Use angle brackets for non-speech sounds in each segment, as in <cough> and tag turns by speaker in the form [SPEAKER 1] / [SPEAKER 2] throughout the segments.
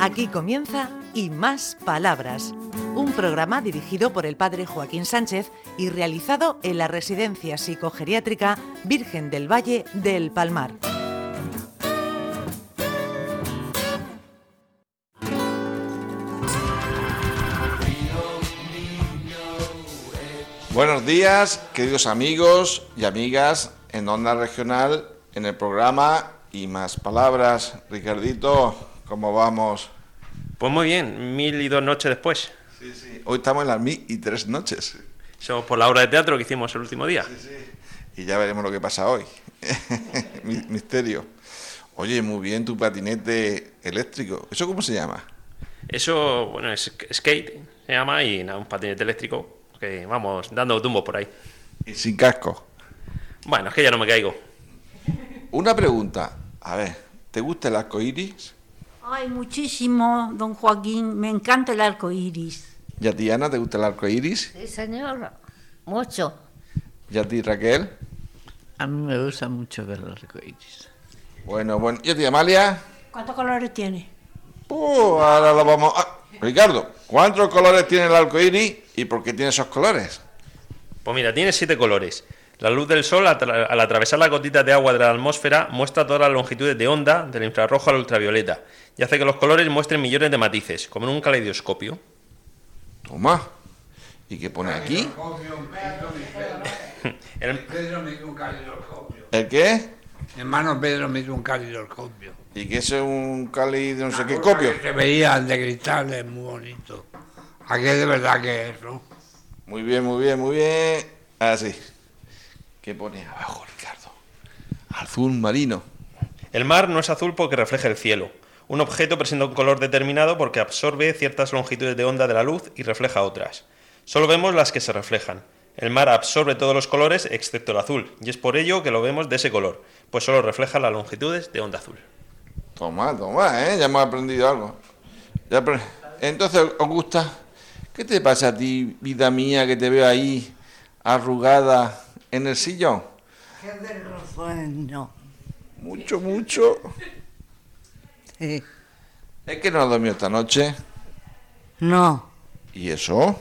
[SPEAKER 1] Aquí comienza Y Más Palabras, un programa dirigido por el padre Joaquín Sánchez y realizado en la Residencia Psicogeriátrica Virgen del Valle del Palmar.
[SPEAKER 2] Buenos días, queridos amigos y amigas en Onda Regional, en el programa y más palabras. Ricardito, ¿cómo vamos?
[SPEAKER 3] Pues muy bien, mil y dos noches después.
[SPEAKER 2] Sí, sí. Hoy estamos en las mil y tres noches.
[SPEAKER 3] Somos por la obra de teatro que hicimos el último día.
[SPEAKER 2] Y ya veremos lo que pasa hoy. <laughs> Mi- Misterio. Oye, muy bien tu patinete eléctrico. ¿Eso cómo se llama?
[SPEAKER 3] Eso, bueno, es skate, se llama, y nada, un patinete eléctrico que vamos dando tumbos por ahí.
[SPEAKER 2] Y sin casco.
[SPEAKER 3] Bueno, es que ya no me caigo.
[SPEAKER 2] Una pregunta. A ver, ¿te gusta el arco iris?
[SPEAKER 4] Ay, muchísimo, don Joaquín. Me encanta el arco iris.
[SPEAKER 2] ¿Y a ti, Ana, te gusta el arco iris?
[SPEAKER 5] Sí, señor. Mucho.
[SPEAKER 2] ¿Y a ti, Raquel?
[SPEAKER 6] A mí me gusta mucho ver los arcoíris.
[SPEAKER 2] Bueno, bueno. ¿Y a ti, Amalia?
[SPEAKER 4] ¿Cuántos colores tiene?
[SPEAKER 2] Uh, ahora lo vamos a... Ricardo, ¿cuántos colores tiene el arco iris y por qué tiene esos colores?
[SPEAKER 3] Pues mira, tiene siete colores. La luz del sol, atra- al atravesar las gotitas de agua de la atmósfera, muestra todas las longitudes de onda, del infrarrojo al ultravioleta, y hace que los colores muestren millones de matices, como en un caleidoscopio.
[SPEAKER 2] Toma. ¿Y qué pone aquí?
[SPEAKER 3] El-
[SPEAKER 7] Pedro me dio un calidoscopio.
[SPEAKER 2] ¿El qué?
[SPEAKER 7] Mi hermano Pedro me dio un calidoscopio.
[SPEAKER 2] ¿Y qué es un cali de no sé qué
[SPEAKER 7] Porque
[SPEAKER 2] copio?
[SPEAKER 7] Se veían de cristales muy bonito. Aquí de verdad que es, ¿no?
[SPEAKER 2] Muy bien, muy bien, muy bien. Así. ¿Qué pone abajo, Ricardo? Azul marino.
[SPEAKER 3] El mar no es azul porque refleja el cielo. Un objeto presenta un color determinado porque absorbe ciertas longitudes de onda de la luz y refleja otras. Solo vemos las que se reflejan. El mar absorbe todos los colores excepto el azul, y es por ello que lo vemos de ese color, pues solo refleja las longitudes de onda azul.
[SPEAKER 2] Toma, toma, ¿eh? Ya hemos aprendido algo. Ya apre- Entonces, Augusta, ¿qué te pasa a ti, vida mía, que te veo ahí arrugada en el sillón?
[SPEAKER 8] Bueno,
[SPEAKER 2] Mucho, mucho.
[SPEAKER 8] sí.
[SPEAKER 2] Es que no has dormido esta noche.
[SPEAKER 8] no,
[SPEAKER 2] ¿Y eso?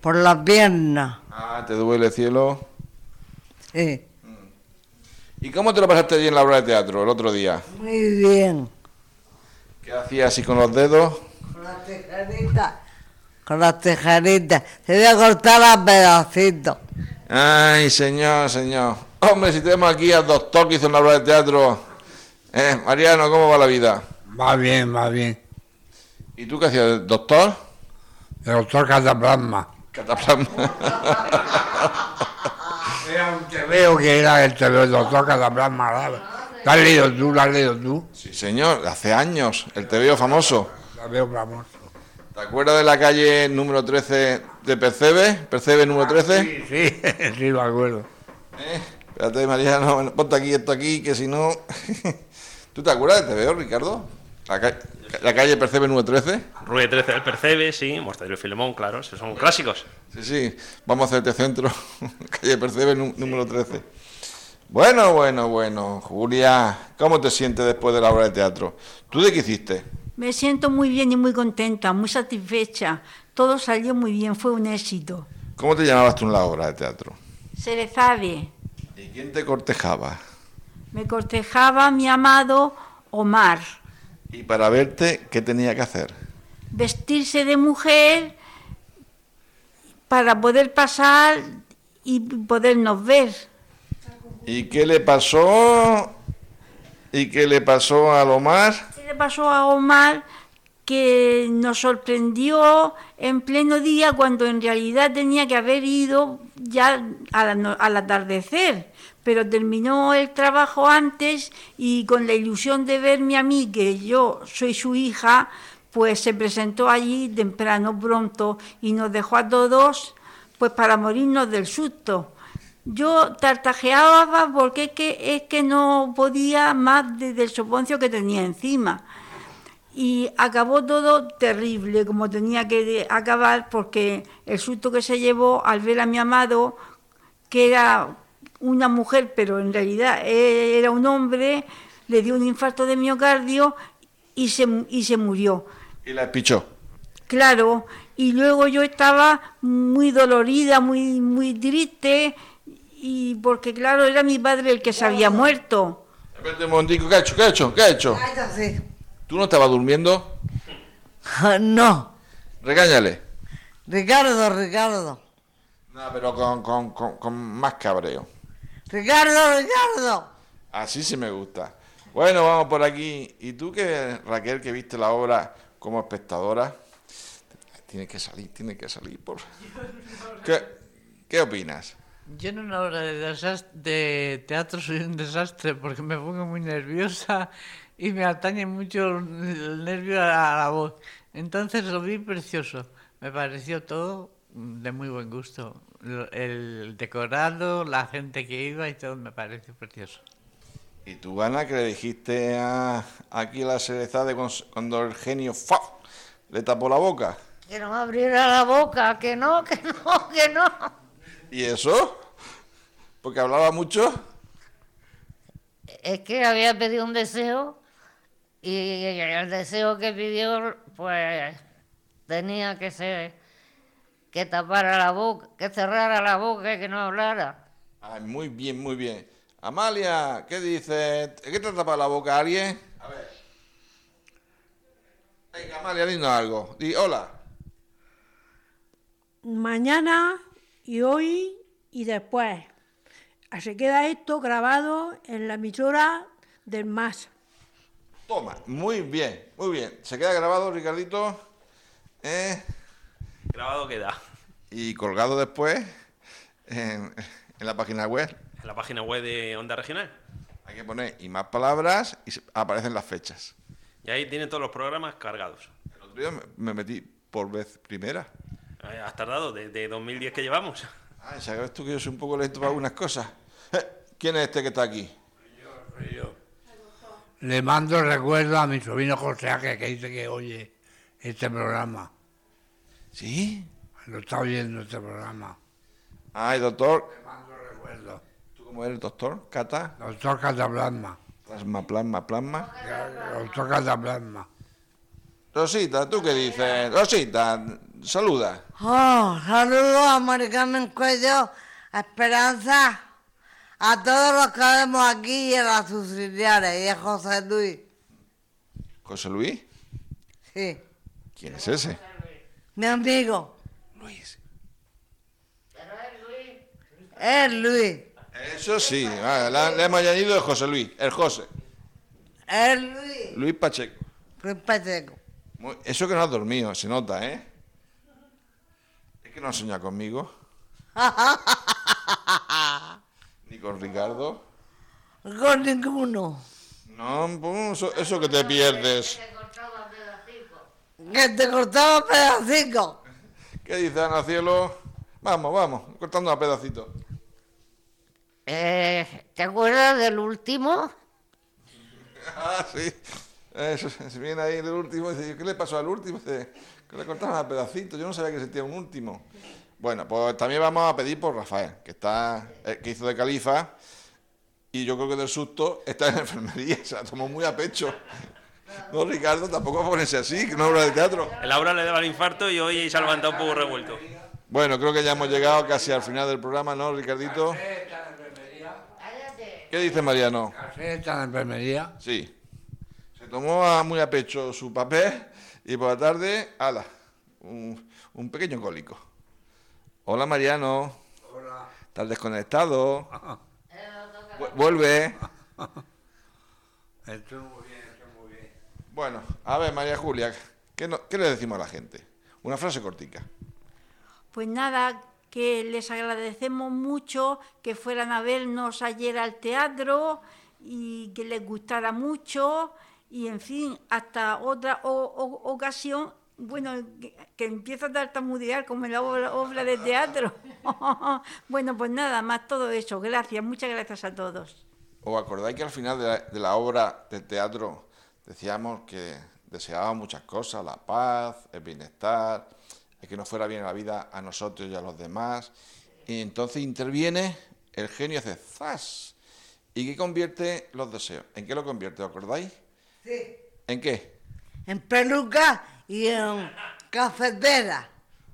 [SPEAKER 8] por las piernas,
[SPEAKER 2] Ah, te duele, cielo. Mm.
[SPEAKER 8] sí.
[SPEAKER 2] ¿Y cómo te lo pasaste allí en la obra de teatro el otro día?
[SPEAKER 8] Muy bien.
[SPEAKER 2] ¿Qué hacías así con los dedos?
[SPEAKER 8] Con las tijeritas. Con las tijeritas. Te voy a cortar a pedacitos.
[SPEAKER 2] Ay, señor, señor. Hombre, si tenemos aquí al doctor que hizo una obra de teatro. Eh, Mariano, ¿cómo va la vida?
[SPEAKER 7] Va bien, va bien.
[SPEAKER 2] ¿Y tú qué hacías, doctor?
[SPEAKER 7] El doctor Cataplasma.
[SPEAKER 2] Cataplasma.
[SPEAKER 7] Era un veo que era el tebeo, el doctor Cataplasma. ¿la- ¿La has leído tú? ¿La has leído tú?
[SPEAKER 2] <laughs> sí, señor, hace años, el veo famoso.
[SPEAKER 7] La veo famoso.
[SPEAKER 2] ¿Te acuerdas de la calle número 13 de Percebe? ¿Percebe número 13?
[SPEAKER 7] Ah, Sí, sí, <laughs> sí, me acuerdo.
[SPEAKER 2] Eh, espérate, Mariano, bueno, ponte aquí esto aquí, que si no. <laughs> ¿Tú te acuerdas? Te veo, Ricardo. La, ca- la calle Percebe número 13.
[SPEAKER 3] Rue 13 del Percebe, sí, Mortadelo y Filemón, claro, esos son clásicos.
[SPEAKER 2] Sí, sí, vamos a hacerte centro. <laughs> calle Percebe nú- número 13. Bueno, bueno, bueno. Julia, ¿cómo te sientes después de la obra de teatro? ¿Tú de qué hiciste?
[SPEAKER 4] Me siento muy bien y muy contenta, muy satisfecha. Todo salió muy bien, fue un éxito.
[SPEAKER 2] ¿Cómo te llamabas tú en la obra de teatro?
[SPEAKER 4] Se le sabe.
[SPEAKER 2] ¿Y quién te cortejaba?
[SPEAKER 4] Me cortejaba mi amado Omar.
[SPEAKER 2] Y para verte, ¿qué tenía que hacer?
[SPEAKER 4] Vestirse de mujer para poder pasar y podernos ver.
[SPEAKER 2] ¿Y qué le pasó? ¿Y qué le pasó a Lomar?
[SPEAKER 4] ¿Qué le pasó a Omar que nos sorprendió en pleno día cuando en realidad tenía que haber ido ya al, ano- al atardecer? Pero terminó el trabajo antes y con la ilusión de verme a mí, que yo soy su hija, pues se presentó allí temprano, pronto, y nos dejó a todos pues para morirnos del susto. Yo tartajeaba porque es que, es que no podía más de- del soponcio que tenía encima. Y acabó todo terrible, como tenía que de- acabar, porque el susto que se llevó al ver a mi amado, que era una mujer, pero en realidad eh, era un hombre, le dio un infarto de miocardio y se, mu- y se murió.
[SPEAKER 2] Y la espichó.
[SPEAKER 4] Claro, y luego yo estaba muy dolorida, muy, muy triste, y porque claro, era mi padre el que se había muerto.
[SPEAKER 2] Espérate un momentico, ¿qué ha hecho? ¿Qué ha hecho? ¿Qué ha hecho?
[SPEAKER 8] Ah, ya sé.
[SPEAKER 2] ¿Tú no estabas durmiendo?
[SPEAKER 8] Ah, No,
[SPEAKER 2] Regáñale.
[SPEAKER 8] Ricardo, Ricardo.
[SPEAKER 2] No, pero con, con, con, con más cabreo.
[SPEAKER 8] Ricardo, Ricardo.
[SPEAKER 2] Así sí me gusta. Bueno, vamos por aquí. ¿Y tú que, Raquel, que viste la obra como espectadora? Tiene que salir, tiene que salir. Por... ¿Qué, qué opinas?
[SPEAKER 6] Yo en una obra de, desas- de teatro soy un desastre porque me pongo muy nerviosa y me atañe mucho el nervio a la voz. Entonces lo vi precioso. Me pareció todo de muy buen gusto. Lo- El decorado, la gente que iba y todo me pareció precioso.
[SPEAKER 2] ¿Y tú, Ana, que le dijiste a, aquí a la cereza de cons- cuando el genio ¡fa! le tapó la boca?
[SPEAKER 5] Que no me abriera la boca, que no, que no, <laughs> que no.
[SPEAKER 2] ¿Y eso? Porque hablaba mucho.
[SPEAKER 5] Es que había pedido un deseo y el deseo que pidió, pues tenía que ser que tapara la boca, que cerrara la boca y que no hablara.
[SPEAKER 2] Ay, muy bien, muy bien. Amalia, ¿qué dices? ¿Qué te ha tapado la boca alguien? A ver. Venga, Amalia, dinos algo. Di hola.
[SPEAKER 9] mañana y hoy y después. Así queda esto grabado en la emisora del MAS.
[SPEAKER 2] Toma, muy bien, muy bien. Se queda grabado, Ricardito. ¿eh?
[SPEAKER 3] Grabado queda
[SPEAKER 2] Y colgado después en, en la página web.
[SPEAKER 3] en la página web de Onda Regional.
[SPEAKER 2] Hay que poner y más palabras y se- aparecen las fechas.
[SPEAKER 3] Y ahí tiene todos los programas cargados.
[SPEAKER 2] El otro día me, me metí por vez primera.
[SPEAKER 3] Eh, Has tardado desde 2010 que llevamos.
[SPEAKER 2] Ay, Ah, ¿sabes tú que yo soy un poco lento para algunas cosas? Eh, ¿Quién es este que está aquí?
[SPEAKER 7] Le mando el recuerdo a mi sobrino José Ángel, que dice que oye este programa.
[SPEAKER 2] ¿Sí?
[SPEAKER 7] Lo está oyendo este programa.
[SPEAKER 2] Ay, doctor.
[SPEAKER 7] Le mando el recuerdo.
[SPEAKER 2] ¿Tú cómo eres, doctor? ¿Cata?
[SPEAKER 7] Doctor Cataplasma.
[SPEAKER 2] Plasma, plasma, plasma.
[SPEAKER 7] Doctor Cataplasma.
[SPEAKER 2] Rosita, ¿tú qué dices? Rosita, saluda.
[SPEAKER 8] Oh, saludos a Maricarmen Cuello, a Esperanza, a todos los que vemos aquí y a las subsidiarias y a José Luis.
[SPEAKER 2] José Luis,
[SPEAKER 8] Sí,
[SPEAKER 2] ¿quién es ese?
[SPEAKER 8] mi amigo,
[SPEAKER 2] Luis.
[SPEAKER 8] es Eh, Luis,
[SPEAKER 2] Eso sí, ah, la- le hemos añadido el José Luis, el José.
[SPEAKER 8] es Eh, Luis.
[SPEAKER 2] Luis Pacheco.
[SPEAKER 8] Luis Pacheco.
[SPEAKER 2] Muy- Eso que no has dormido, se nota, ¿eh? Es que no has soñado conmigo. <laughs> Ni con Ricardo.
[SPEAKER 8] Con ninguno.
[SPEAKER 2] No, pues, eso, eso que te pierdes.
[SPEAKER 8] Que te cortaba pedacitos.
[SPEAKER 2] ¿Qué dice Ana Cielo? Vamos, vamos, cortando a pedacitos.
[SPEAKER 5] Eh, ¿Te acuerdas del último?
[SPEAKER 2] Ah, sí. Eso, se viene ahí el último y dice, ¿qué le pasó al último? Dice, que le cortaron a pedacitos, yo no sabía que existía un último. Bueno, pues también vamos a pedir por Rafael, que está, eh, que hizo de califa, y yo creo que del susto está en la enfermería, <laughs> se la tomó muy a pecho. No, Ricardo, tampoco va a ponerse así, que no obra de teatro.
[SPEAKER 3] El Laura le daba el infarto y hoy se ha levantado un poco revuelto.
[SPEAKER 2] Bueno, creo que ya hemos llegado casi al final del programa, ¿no, Ricardito? ¿Qué dice Mariano?
[SPEAKER 7] José está en la enfermería.
[SPEAKER 2] Sí. Se tomó a- muy a pecho su papel y por la tarde, ala, un, un pequeño cólico. Hola Mariano. Hola. Estás desconectado.
[SPEAKER 7] Ah.
[SPEAKER 2] Vu- Vuelve.
[SPEAKER 7] <laughs> Estoy muy bien, estoy muy bien.
[SPEAKER 2] Bueno, a ver María Julia, ¿qué, no- qué le decimos a la gente? Una frase cortica.
[SPEAKER 4] Pues nada, que les agradecemos mucho que fueran a vernos ayer al teatro y que les gustara mucho y en fin, hasta otra o- o- ocasión, bueno, que, que empieza a tartamudear como en la obra, obra de teatro. <laughs> bueno, pues nada más todo eso. Gracias, muchas gracias a todos.
[SPEAKER 2] ¿Os acordáis que al final de la, de la obra de teatro decíamos que deseábamos muchas cosas, la paz, el bienestar, el que nos fuera bien la vida a nosotros y a los demás? Y entonces interviene el genio hace ¡zas! ¿Y qué convierte los deseos? ¿En qué lo convierte? ¿Os acordáis?
[SPEAKER 8] Sí.
[SPEAKER 2] ¿En qué?
[SPEAKER 8] En peluca y en cafetera.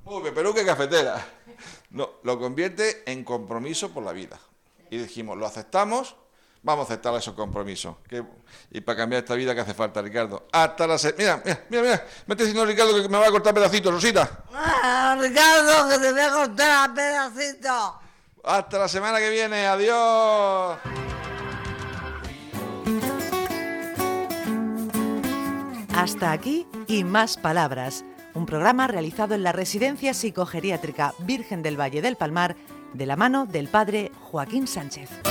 [SPEAKER 2] Muy bien, pero qué cafetera. No, lo convierte en compromiso por la vida. Y dijimos, lo aceptamos, vamos a aceptar esos compromisos. Que- y para cambiar esta vida que hace falta, Ricardo. Hasta la se- Mira, mira, mira, mira. Me está diciendo Ricardo que me va a cortar pedacitos, Rosita.
[SPEAKER 8] Ah, Ricardo, que te voy a cortar a pedacito.
[SPEAKER 2] Hasta la semana que viene. Adiós.
[SPEAKER 1] Hasta aquí y más palabras, un programa realizado en la Residencia Psicogeriátrica Virgen del Valle del Palmar de la mano del padre Joaquín Sánchez.